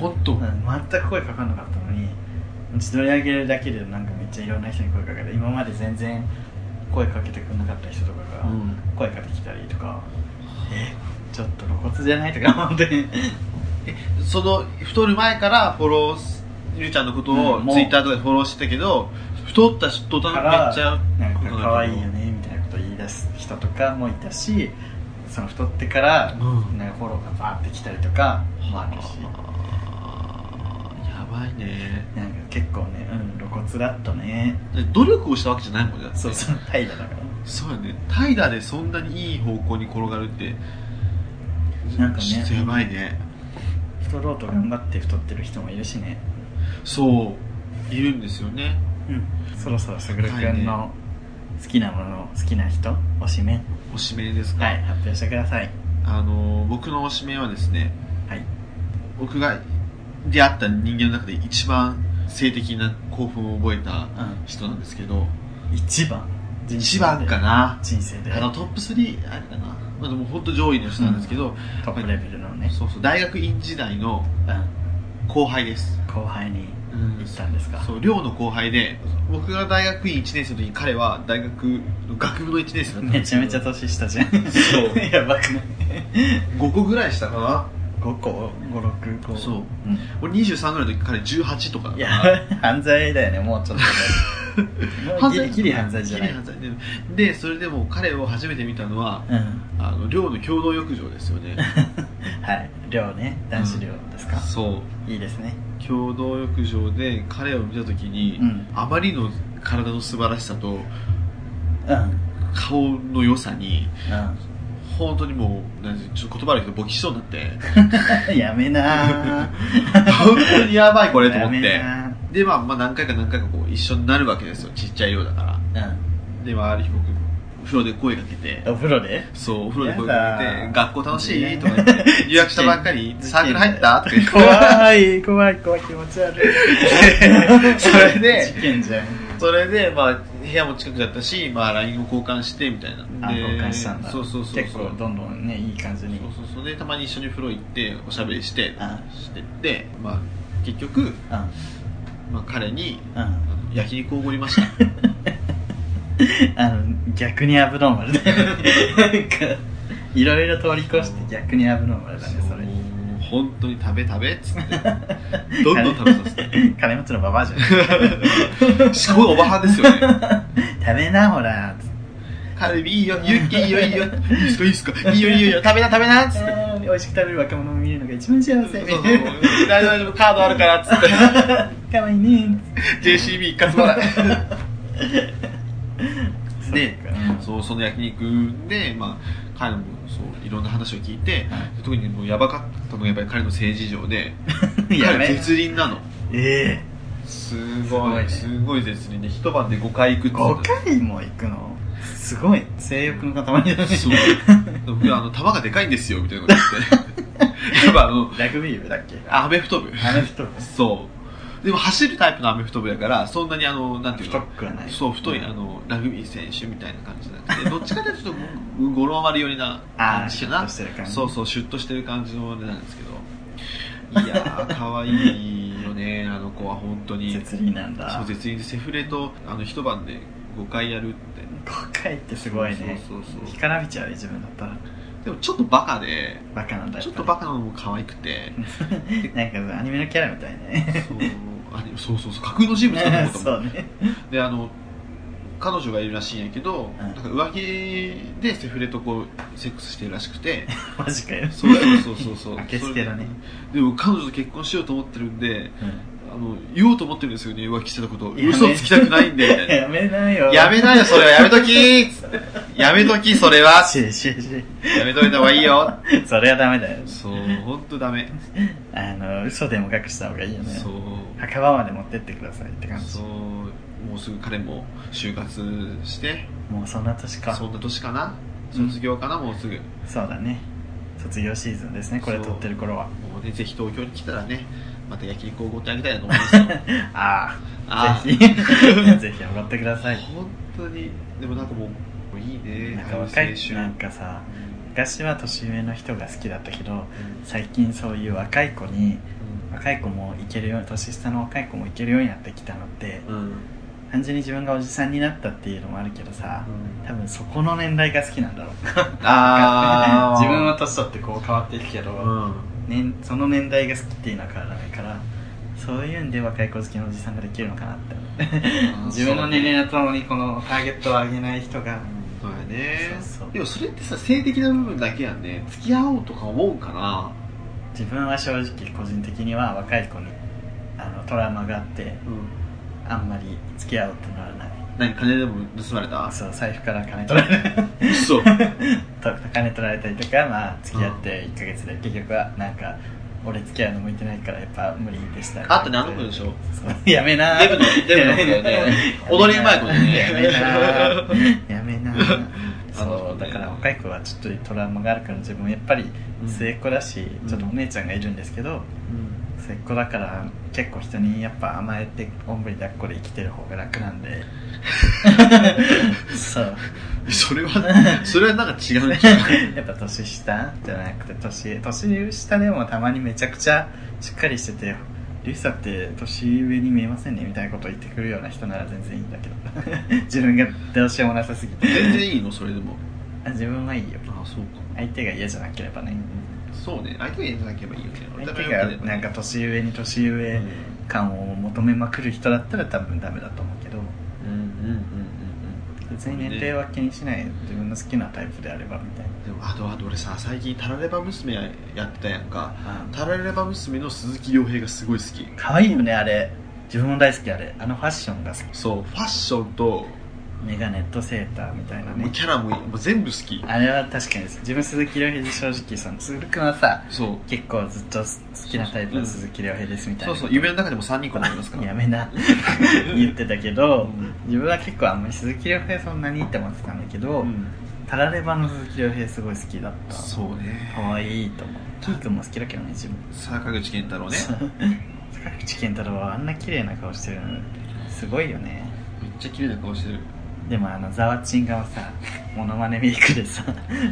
Speaker 2: 本当、
Speaker 1: うん全く声かかんなかったのに自撮り上げるだけでなんかめっちゃいろんな人に声かけて今まで全然声かけてくれなかった人とかが
Speaker 2: うん
Speaker 1: 声かけてきたりとか、えちょっと露骨じゃないとか本当に
Speaker 2: その太る前からフォローすゆうちゃんのことを
Speaker 1: うんもう
Speaker 2: ツイッターとかでフォローしてたけど太った人とめ
Speaker 1: か
Speaker 2: っ
Speaker 1: ら
Speaker 2: ちゃ
Speaker 1: なんか可愛いよねみたいなこと言い出す人とかもいたしその太ってから
Speaker 2: うん
Speaker 1: なんかフォローがバーってきたりとかもあるし、
Speaker 2: あーやばいね
Speaker 1: なんか結構ね、うん、露骨だったね
Speaker 2: 努力をしたわけじゃないもんねだって
Speaker 1: そうそう怠惰だから
Speaker 2: そうやね怠惰でそんなにいい方向に転がるって
Speaker 1: なんかね
Speaker 2: ちょっとやばいね
Speaker 1: 太ろうと頑張って太ってる人もいるしね
Speaker 2: そういるんですよね
Speaker 1: うんそろそろ卓
Speaker 2: はい
Speaker 1: 君
Speaker 2: ね
Speaker 1: の好きなもの好きな人推しメン
Speaker 2: おしめですか、
Speaker 1: はい発表してください
Speaker 2: あの僕のおしめはですね
Speaker 1: はい
Speaker 2: 僕が出会った人間の中で一番性的な興奮を覚えた
Speaker 1: うん
Speaker 2: 人なんですけど
Speaker 1: 一番人生で
Speaker 2: 一番かな
Speaker 1: 人生で
Speaker 2: あのトップ3あれかな、まあ、でも本当上位の人なんですけど、
Speaker 1: トップレベルのね、
Speaker 2: そうそう大学院時代の
Speaker 1: うん、
Speaker 2: 後輩です、
Speaker 1: 後輩に
Speaker 2: うん
Speaker 1: 行ったんですか
Speaker 2: そう寮の後輩で僕が大学院1年生の時に彼は大学の学部の1年生だったん
Speaker 1: め
Speaker 2: で
Speaker 1: ち
Speaker 2: す
Speaker 1: ゃ
Speaker 2: け
Speaker 1: め
Speaker 2: ど
Speaker 1: ちゃ年下じゃん
Speaker 2: そう
Speaker 1: やばくない
Speaker 2: 5個ぐらいしたかな
Speaker 1: 5個565、
Speaker 2: そうん俺23ぐらいの時彼18とかだ
Speaker 1: い
Speaker 2: か
Speaker 1: や
Speaker 2: ら
Speaker 1: 犯罪だよねもうちょっとねもうギリギリ犯罪じゃない
Speaker 2: ギリ犯罪ででそれでも彼を初めて見たのは
Speaker 1: うん
Speaker 2: あの寮の共同浴場ですよね
Speaker 1: はい寮ね 男子寮ですか、
Speaker 2: そう
Speaker 1: いいですね
Speaker 2: 共同浴場で彼を見た時に、
Speaker 1: うん
Speaker 2: あまりの体の素晴らしさと
Speaker 1: うんうん
Speaker 2: 顔の良さに本当にもうなんていうちょっと言葉悪いけど勃起しそうになって
Speaker 1: やめな
Speaker 2: 本当にやばいこれと思っ
Speaker 1: やめ
Speaker 2: て
Speaker 1: な
Speaker 2: で、まあ、まあ何回か何回かこう一緒になるわけですよちっちゃい量だから
Speaker 1: ー
Speaker 2: で、まあ、ある日僕お風呂で声かけて
Speaker 1: うんお風呂で
Speaker 2: そうお風呂で声か
Speaker 1: や
Speaker 2: け
Speaker 1: だ
Speaker 2: て「学校楽しい?」と か言って「予約したばっかりサークル入った?」とか言って
Speaker 1: 怖い怖い怖い気持ち悪い
Speaker 2: それで
Speaker 1: 事件じゃん
Speaker 2: それで、まあ、部屋も近くだったし、まあ、LINE を交換してみたいな
Speaker 1: あ
Speaker 2: で
Speaker 1: 交換したんだ
Speaker 2: そうそうそうそう
Speaker 1: 結構どんどんねいい感じに
Speaker 2: そうそうそうでたまに一緒に風呂行っておしゃべりして
Speaker 1: あ
Speaker 2: してって、まあ、結局、
Speaker 1: うん
Speaker 2: まあ、彼に
Speaker 1: うん
Speaker 2: あの焼肉をおご りました
Speaker 1: あの逆にアブノーマルだよねなんかいろいろ通り越して逆にアブノーマルだねそれ
Speaker 2: もう本当に食べ食べっつって どんどん食べさせて
Speaker 1: 金持ちのババ アじゃん
Speaker 2: すごいおばはんですよね
Speaker 1: 食べなほらつっ
Speaker 2: カルビいいよユッケいいよいいよいいっすかいいっすかいいよいいよいいよ食べな食べなっつって
Speaker 1: てあー美味しく食べる若者を見るのが一番幸せ
Speaker 2: そうそう大丈夫大丈夫カードあるからっつって
Speaker 1: かわいいね
Speaker 2: JCB 一括払い
Speaker 1: そっか
Speaker 2: で
Speaker 1: うん
Speaker 2: そうその焼肉で、まあ、彼もそういろんな話を聞いて、
Speaker 1: はい
Speaker 2: 特にもうやばかったのがやっぱり彼の性事情 で
Speaker 1: や
Speaker 2: 彼
Speaker 1: べ
Speaker 2: 絶倫なの
Speaker 1: ええ
Speaker 2: す
Speaker 1: ご
Speaker 2: ご
Speaker 1: い
Speaker 2: いすごい絶倫で一晩で5回行くっつ
Speaker 1: 5
Speaker 2: って
Speaker 1: 回も行くのすごい性欲の塊だね
Speaker 2: そう僕あの球がでかいんですよみたいなこと言って やっぱあの
Speaker 1: ラグビー部だっけ
Speaker 2: アメフト部
Speaker 1: あの人
Speaker 2: そうでも走るタイプのアメフト部だからそんなにあのなんていう
Speaker 1: 太
Speaker 2: の
Speaker 1: くはない
Speaker 2: そう太い、あのラグビー選手みたいな感じじゃなくてどっちかというとちょっとご五郎丸寄りな
Speaker 1: あ
Speaker 2: 感
Speaker 1: あ
Speaker 2: じ
Speaker 1: シ
Speaker 2: か
Speaker 1: ュ
Speaker 2: な
Speaker 1: ッとしてる感じ
Speaker 2: そうそうシュッとしてる感じのあれなんですけどいやー可愛いよねあの子は本当に
Speaker 1: 絶倫なんだ
Speaker 2: そう絶倫でセフレとあの一晩で5回やるって
Speaker 1: 5回ってすごいね
Speaker 2: そうそうそう
Speaker 1: 干からびちゃうよ自分だったら
Speaker 2: でもちょっとバカで
Speaker 1: バカなんだ
Speaker 2: ちょっとバ
Speaker 1: カ
Speaker 2: カなのも可愛くて
Speaker 1: なんかアニメのキャラみたいね
Speaker 2: そうあれそうそうそう架空の人物かと思ったもん
Speaker 1: そうね
Speaker 2: であの彼女がいるらしいんやけど、
Speaker 1: ん
Speaker 2: なんか浮気でセフレとこうセックスしてるらし くて
Speaker 1: マジかよ
Speaker 2: そうそうそうそう
Speaker 1: 明けつけだね
Speaker 2: それでも彼女と結婚しようと思ってるんで
Speaker 1: うん
Speaker 2: あの言おうと思ってるんですよね浮気してたことを
Speaker 1: やめ
Speaker 2: 嘘つきたくないんでみたい な
Speaker 1: やめなよ
Speaker 2: やめなよそれはやめときつってやめときそれは
Speaker 1: ししし
Speaker 2: やめといた方がいいよ
Speaker 1: それはダメだよ
Speaker 2: そう本当ダメ
Speaker 1: あの嘘でも隠した方がいいよね
Speaker 2: そう
Speaker 1: 墓場まで持ってってくださいって感じ
Speaker 2: そうもうすぐ彼も就活して
Speaker 1: もうそんな年か
Speaker 2: そんな年かな
Speaker 1: うん
Speaker 2: 卒業かな、もうすぐ
Speaker 1: そうだね卒業シーズンですねこれ
Speaker 2: そう
Speaker 1: 撮ってる頃 は
Speaker 2: もうね、ぜひ東京に来たらね、また焼肉をおごってあげたいなと思 いますよ。
Speaker 1: ああ
Speaker 2: あ
Speaker 1: ぜひぜひおごってください
Speaker 2: 本当に、でもなんかもう、もういいね、
Speaker 1: なんか若
Speaker 2: 青
Speaker 1: い
Speaker 2: 春。
Speaker 1: なんかさ
Speaker 2: うん
Speaker 1: 昔は年上の人が好きだったけど
Speaker 2: うん
Speaker 1: 最近そういう若い子に若い子も行けるように年下の若い子も行けるようになってきたのって
Speaker 2: うんうん
Speaker 1: 単純に自分がおじさんになったっていうのもあるけどさ多分そこの年代が好きなんだろう
Speaker 2: あー
Speaker 1: 自分は年取ってこう変わっていくけど、
Speaker 2: うん
Speaker 1: 年その年代が好きっていうのは変わらないからそういうんで若い子好きのおじさんができるのかなって自分の年齢のともにこのターゲットを上げない人が
Speaker 2: そうやね
Speaker 1: そうそう
Speaker 2: でもそれってさ性的な部分だけやんね付き合おうとか思うかな
Speaker 1: 自分は正直個人的には若い子にあのトラウマがあって
Speaker 2: うん
Speaker 1: あんまり付き合おうってならない
Speaker 2: 何金でも盗まれた
Speaker 1: そう財布から金取られた
Speaker 2: 嘘
Speaker 1: 金取られたりとかまあ付き合って1ヶ月で結局はなんか俺付き合うの向いてないからやっぱ無理でした
Speaker 2: あったねあの子でしょ
Speaker 1: そうやめな
Speaker 2: デブのデブの子だ よね踊りうまい子だよね
Speaker 1: やめなやめな
Speaker 2: あの子
Speaker 1: そう
Speaker 2: ね
Speaker 1: だから若い子はちょっとトラウマがあるから自分やっぱり末っ子だし、
Speaker 2: うん
Speaker 1: ちょっとお姉ちゃんがいるんですけど
Speaker 2: うん
Speaker 1: 末っ子だから結構人にやっぱ甘えておんぶに抱っこで生きてる方が楽なんで そう
Speaker 2: それ はそれはなんか違うんじゃない
Speaker 1: やっぱ年下じゃなくて年年下でもたまにめちゃくちゃしっかりしてて「リサって年上に見えませんね」みたいなこと言ってくるような人なら全然いいんだけど 自分がどうしようもなさすぎて
Speaker 2: 全然いいのそれでも
Speaker 1: あ自分はいいよ
Speaker 2: ああそうか
Speaker 1: 相手が嫌じゃなければね
Speaker 2: そうね相手がいなければいいよね
Speaker 1: 相手がなんか年上に年上感を求めまくる人だったら多分ダメだと思うけど
Speaker 2: うんうんうんうん
Speaker 1: 別に年齢は気にしない自分の好きなタイプであればみたい
Speaker 2: うんでもあとあと俺さ最近タラレバ娘やってたやんか
Speaker 1: な
Speaker 2: タラレバ娘の鈴木亮平がすごい好き
Speaker 1: 可愛いよねあれ自分も大好きあれあのファッションが好き
Speaker 2: そうファッションと
Speaker 1: メガネとセーターみたいな
Speaker 2: もう
Speaker 1: ね
Speaker 2: キャラもいいもう全部好き
Speaker 1: あれは確かにです自分鈴木亮平で正直その鈴木君はさ
Speaker 2: そう
Speaker 1: 結構ずっと好きなタイプの鈴木亮平ですみたい
Speaker 2: そ
Speaker 1: な
Speaker 2: うそう夢の中でも3人子もいますから
Speaker 1: やめ な言ってたけど、
Speaker 2: うん
Speaker 1: 自分は結構あんまり鈴木亮平そんなにって思ってたんだけど、
Speaker 2: うん
Speaker 1: タラレバの鈴木亮平すごい好きだった
Speaker 2: そうね
Speaker 1: 可愛いと思うキー君も好きだけどね自分
Speaker 2: 坂口健太 郎ね
Speaker 1: そう坂口健太郎はあんな綺麗な顔してるのすごいよね
Speaker 2: めっちゃ綺麗な顔してる
Speaker 1: でもあのざわちんがさモノマネメイクでさ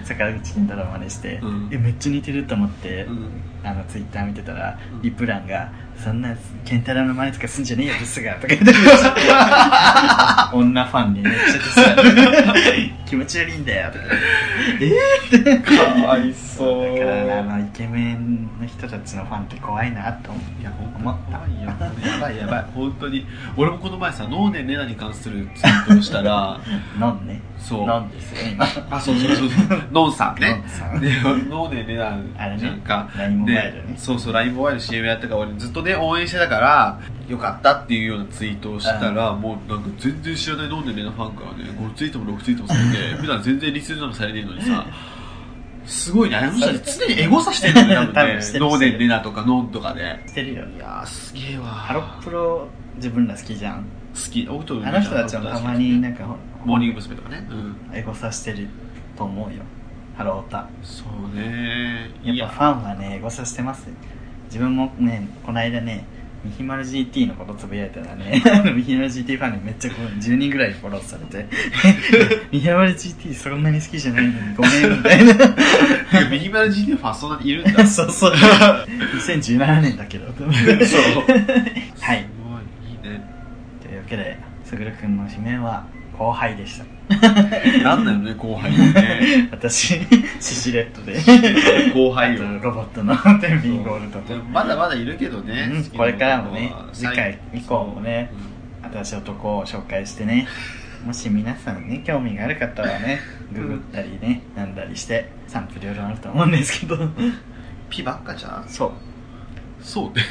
Speaker 1: 坂口健太郎真似して、
Speaker 2: うん
Speaker 1: えめっちゃ似てると思って、
Speaker 2: うん
Speaker 1: あのツイッター見てたら、
Speaker 2: うん
Speaker 1: リプランが「そんな健太郎の真似とかすんじゃねえよブスが」とか言ってました 女ファンにめっちゃですが気持ち悪いんだよとか言ってえー、
Speaker 2: かわいそう
Speaker 1: だからあのイケメンの人たちのファンって怖いなと思う
Speaker 2: いや本当に
Speaker 1: 思った
Speaker 2: 怖いよやばいやばい本当に俺もこの前さ脳年レナに関するツイートをしたら
Speaker 1: ノンね
Speaker 2: そう
Speaker 1: ノンですよ今
Speaker 2: あそうそう そうそうノンさんね
Speaker 1: ノンさん
Speaker 2: で脳年レナ
Speaker 1: あれね
Speaker 2: なんか
Speaker 1: ラインモバイルね
Speaker 2: でそうそうラインモバイル CM やったから俺ずっとね応援してたからよかったっていうようなツイートをしたらもうなんか全然知らない脳年レナファンからね5ツイートも6ツイートもさ れて普段全然リツイートもされてるのに さすごいねあの人たち常にエゴさしてるんだよ多
Speaker 1: 多
Speaker 2: 分
Speaker 1: 分
Speaker 2: ね
Speaker 1: してる
Speaker 2: 脳年レナとかノンとかで、
Speaker 1: してるよ
Speaker 2: いやーすげえわ
Speaker 1: ハロプロ自分ら好きじゃん
Speaker 2: 好きオートミー
Speaker 1: あの人たちもたまになんかほ
Speaker 2: モーニング娘。とかね、うん、
Speaker 1: エゴサしてると思うよハロータ
Speaker 2: そうね
Speaker 1: やっぱファンはねエゴサしてます自分もねこの間ねミヒマル GT のことつぶやいたらね あのミヒマル GT ファンにめっちゃこう10人ぐらいフォローされて ミヒマル GT そんなに好きじゃないのにごめんみたい
Speaker 2: いやミニマル GT ファーストなんているん だ
Speaker 1: な そうそう2017年だけど はい
Speaker 2: すごいいい
Speaker 1: とい
Speaker 2: ね
Speaker 1: うわけで卓君の指名は後輩でした
Speaker 2: なんだよね後輩も ね
Speaker 1: 私シシレットで
Speaker 2: 後輩よ
Speaker 1: あとロボットの天秤ゴールドと
Speaker 2: まだまだいるけどね、
Speaker 1: うん
Speaker 2: 好きな
Speaker 1: これからもね
Speaker 2: 子は
Speaker 1: 次回以降もね
Speaker 2: そう
Speaker 1: 新しい男を紹介してねもし皆さんね興味がある方はねググったりねなんだりして賛否両論あると思うんですけど
Speaker 2: うんピばっかじゃん
Speaker 1: そう
Speaker 2: そうね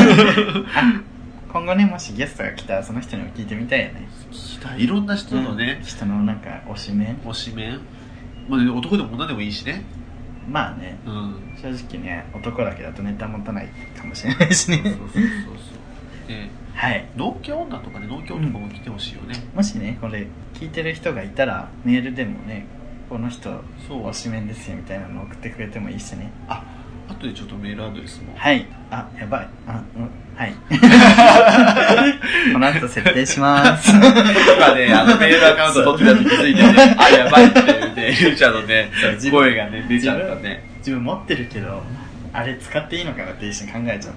Speaker 1: あ今後ねもしゲストが来たらその人にも聞いてみたいよね
Speaker 2: 聞きたいいろんな人の
Speaker 1: うん
Speaker 2: ね、
Speaker 1: 人のなんか推しメン
Speaker 2: 推しメン、まあね、男でも女でもいいしね
Speaker 1: まあね
Speaker 2: うん
Speaker 1: 正直ね男だけだとネタ持たないかもしれないしね
Speaker 2: そうそうそうそうで
Speaker 1: はい
Speaker 2: 農協女とかね農協とかも来てほしいよね、
Speaker 1: もしねこれ聞いてる人がいたらメールでもねこの人
Speaker 2: そう
Speaker 1: 推しメンですよみたいなの送ってくれてもいいしね
Speaker 2: ああとでちょっとメールアドレスも
Speaker 1: はいあやばいあうんはい この後設定します
Speaker 2: とかね、 あのメールアカウント取ってた時気づいて ね、あ、やばいって言うて、ゆうちゃんのね
Speaker 1: そう自、分
Speaker 2: 声がね、出ちゃったね。
Speaker 1: 自分持ってるけどあれ使っていいのかなって一瞬考えちゃっ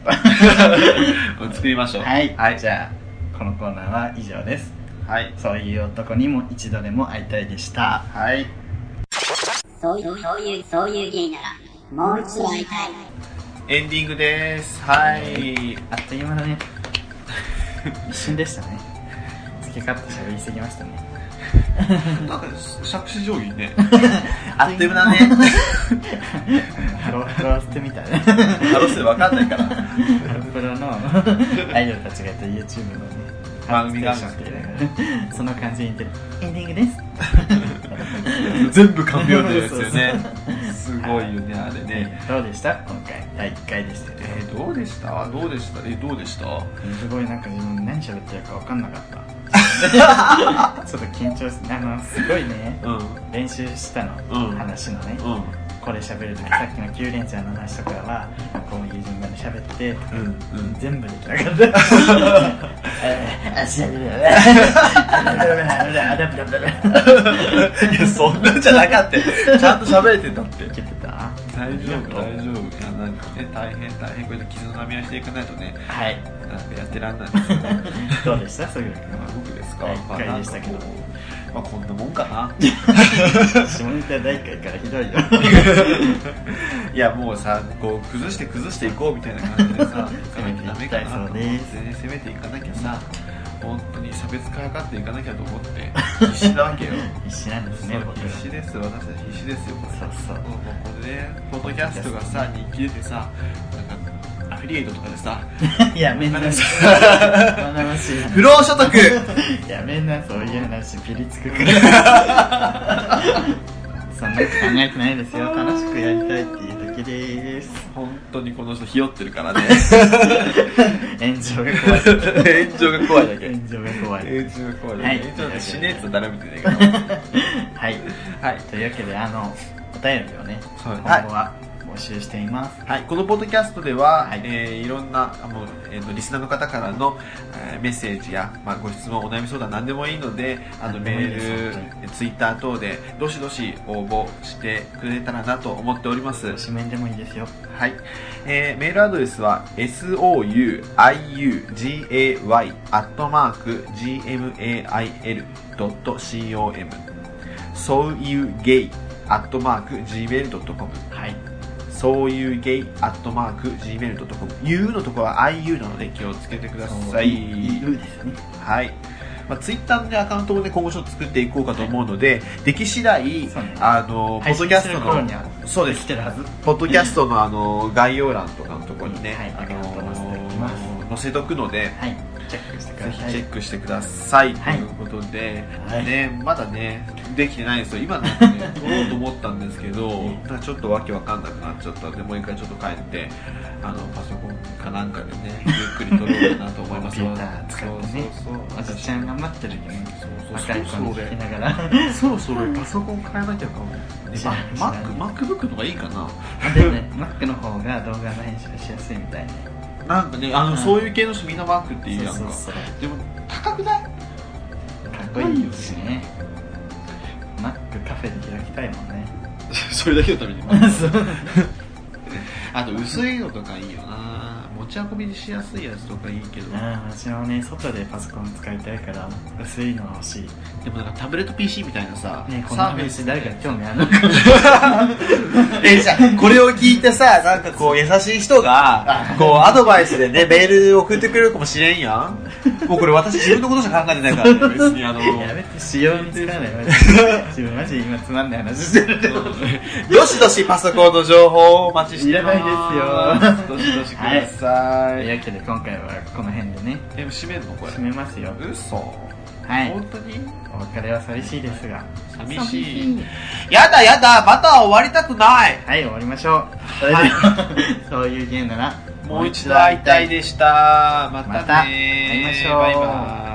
Speaker 1: た
Speaker 2: 作りましょう。
Speaker 1: はい、
Speaker 2: はい。
Speaker 1: じゃあこのコーナーは以上です
Speaker 2: はい。
Speaker 1: そういう男にも一度でも会いたいでした
Speaker 2: はい。
Speaker 4: そういう、そういう、そういう芸なら、もう一度会いたい。
Speaker 2: エンディングです。はい。
Speaker 1: あっという間だね一瞬でしたね付けカット喋りすぎましたね
Speaker 2: なんか、杓子定規ね。
Speaker 1: あ
Speaker 2: あ
Speaker 1: っ
Speaker 2: っ
Speaker 1: と
Speaker 2: と
Speaker 1: い
Speaker 2: いうう
Speaker 1: 間だ
Speaker 2: 間だ
Speaker 1: ね
Speaker 2: ね。
Speaker 1: ハロプロしてみたいなハ
Speaker 2: ハロスわかんないから。
Speaker 1: ロプロのアイドルたちがやった YouTube のね
Speaker 2: 番組が
Speaker 1: ハロプロステーションっていうのがその感じに似てるエンディングです
Speaker 2: 全部完了のやつよ ね
Speaker 1: そう。
Speaker 2: すごいよね、あれね。
Speaker 1: どうでした今回第1回でしたよ
Speaker 2: えー、どうでしたどうでしたえ、どうでした
Speaker 1: すごいなんか自分何喋ってるか分かんなかっ たちょっと緊張してあのすごいね
Speaker 2: うん。
Speaker 1: 練習したの、
Speaker 2: うん
Speaker 1: 話のね、
Speaker 2: うん。
Speaker 1: これ喋るときさっきのキュウレンちゃんの話とかはこういう順番で喋って、
Speaker 2: うん。うん。
Speaker 1: 全部できなかった。あ、しゃべ れ。あ、だぶだぶだ
Speaker 2: いや、そんなんじゃなかったよちゃんと喋れてたって。
Speaker 1: けてた
Speaker 2: 大丈夫大丈夫いやなんかね大変大変こういうの傷の波合していかないとね
Speaker 1: はい。
Speaker 2: なんかやってらんないですよね
Speaker 1: どうでしたすぐ。
Speaker 2: まあ僕ですか
Speaker 1: はい
Speaker 2: ま
Speaker 1: 一
Speaker 2: あ
Speaker 1: 回
Speaker 2: な
Speaker 1: で
Speaker 2: ん
Speaker 1: し
Speaker 2: か
Speaker 1: たけ
Speaker 2: こ
Speaker 1: ど
Speaker 2: うまあこんなもんか な
Speaker 1: 下ネタ第一回からひどいよ。
Speaker 2: いやもうさこう崩して崩していこうみたいな感じで さ
Speaker 1: 攻めていきたい
Speaker 2: 行かなきゃダメかなと
Speaker 1: そう
Speaker 2: 思
Speaker 1: で
Speaker 2: っ
Speaker 1: す
Speaker 2: てね攻めていかなきゃさ本当に差別化かっていかなきゃと 思って必死なわけよ
Speaker 1: 必死なんです
Speaker 2: そ
Speaker 1: ね、
Speaker 2: う
Speaker 1: 僕
Speaker 2: 必死です私たち必死ですよこれ
Speaker 1: そうそう
Speaker 2: もうこれねポッドキャストがさ人気出てさなんかアフィリエイトとかでさ
Speaker 1: やめな さい。悲し
Speaker 2: 不労所得
Speaker 1: い。やめな、そういう話、ピリつくから。 そんなこと考えてないですよ。楽しくやりたいっていうだけです。
Speaker 2: 本当にこの人ひよってるからね
Speaker 1: 炎上が怖い。
Speaker 2: 炎上が怖いだけ
Speaker 1: 炎上が怖い。
Speaker 2: 炎上が怖いだ
Speaker 1: はい
Speaker 2: け炎上が死ねえっつったら誰も言ってないから
Speaker 1: はい。
Speaker 2: はい
Speaker 1: というわけで、あの、お便りをね、
Speaker 2: は
Speaker 1: 今
Speaker 2: い
Speaker 1: 後は募集しています。
Speaker 2: はい、このポッドキャストでは、
Speaker 1: はい
Speaker 2: いえーいろんなあもう、えーとリスナーの方からの、えーメッセージや、まあ、ご質問お悩み相談何でもいいのであの
Speaker 1: 何で
Speaker 2: メ
Speaker 1: もいいです
Speaker 2: ールツイッター等でどしどし応募してくれたらなと思っております、
Speaker 1: 推しメンでもいいですよ。
Speaker 2: はいえーメールアドレスは souiugay.gmail.com そういうゲイ .gmail.com
Speaker 1: はい。
Speaker 2: そういうゲイ .gmail.com u のところは iu なので気をつけてください
Speaker 1: そうですね。
Speaker 2: はい、まあ、ツイッターの、ね、アカウントもね今後ちょっと作っていこうかと思うので、でき次第
Speaker 1: そうね
Speaker 2: あのポ
Speaker 1: 配
Speaker 2: ッド
Speaker 1: 信
Speaker 2: キャ
Speaker 1: す
Speaker 2: ス
Speaker 1: る
Speaker 2: ト
Speaker 1: 頃
Speaker 2: の
Speaker 1: には、
Speaker 2: そうです
Speaker 1: 来てるはず。
Speaker 2: ポッドキャストのあの概要欄とかのところにね、
Speaker 1: はい
Speaker 2: あ
Speaker 1: アカウント載せておき
Speaker 2: の
Speaker 1: ま
Speaker 2: 載せとくので、
Speaker 1: はい。チェックしてく
Speaker 2: ぜ
Speaker 1: だ
Speaker 2: ひ
Speaker 1: さい。
Speaker 2: チェックしてください、
Speaker 1: はい
Speaker 2: ということで、
Speaker 1: はい
Speaker 2: ね、まだねできてないんですよ今なんかね撮ろうと思ったんですけどなんかちょっとわけわかんなくなっちゃったんでもう一回ちょっと帰ってあのパソコンかなんかでねゆっくり撮ろうかなと思います
Speaker 1: コンピューター使ってね
Speaker 2: そうそうそう
Speaker 1: おじちゃん頑張ってるよね。
Speaker 2: そう
Speaker 1: 若
Speaker 2: そ
Speaker 1: いう子
Speaker 2: そ
Speaker 1: に
Speaker 2: うそ
Speaker 1: 聞き
Speaker 2: れ
Speaker 1: ながら。
Speaker 2: そろそろパソコン変えなきゃかも、ね、
Speaker 1: 知ら
Speaker 2: ま
Speaker 1: ない知らない
Speaker 2: Mac MacBook のがいいかな
Speaker 1: でもね、Mac の方が動画の編集しやすいみたいね。
Speaker 2: なんかねあ
Speaker 1: う
Speaker 2: の
Speaker 1: ん
Speaker 2: そういう系の人みんなマークっていうやんか
Speaker 1: そうそうそう
Speaker 2: でも高くない
Speaker 1: かっこいいしねマックカフェで開きたいもんね
Speaker 2: それだけのため に
Speaker 1: そう
Speaker 2: あと薄いのとかいいよな持ち運びしやすいやつとかいいけど
Speaker 1: ああ私もね外でパソコン使いたいから薄いのが欲しい
Speaker 2: でもなんかタブレット PC みたいなさ、
Speaker 1: ねこんな
Speaker 2: サーフェス
Speaker 1: 話 誰
Speaker 2: って
Speaker 1: か興味あるのか
Speaker 5: え、じゃあこれを聞いてさ、なんかこう、優しい人が、こう、アドバイスでね、メール送ってくれるかもしれんやん。もうこれ私自分のことしか考えてないから ね、別にあの、
Speaker 1: やめて使用に使わない マジで自分マジで今つまんない話してる
Speaker 5: よしどしパソコンの情報をお待ちして
Speaker 1: いらないですよ
Speaker 2: どしどしくださ
Speaker 1: と
Speaker 2: い、
Speaker 1: いうわけで今回はこの辺でね
Speaker 2: え閉めるのこれ
Speaker 1: 締めますよ
Speaker 2: 嘘
Speaker 1: はい
Speaker 2: 本当に
Speaker 1: お別れは寂しいですが
Speaker 2: 寂しい
Speaker 5: やだやだ、また終わりたくない
Speaker 1: はい終わりましょうそれでは そういうゲームなら
Speaker 2: もう一度会いたいでしたまたね
Speaker 1: また会いましょう
Speaker 2: バイバイ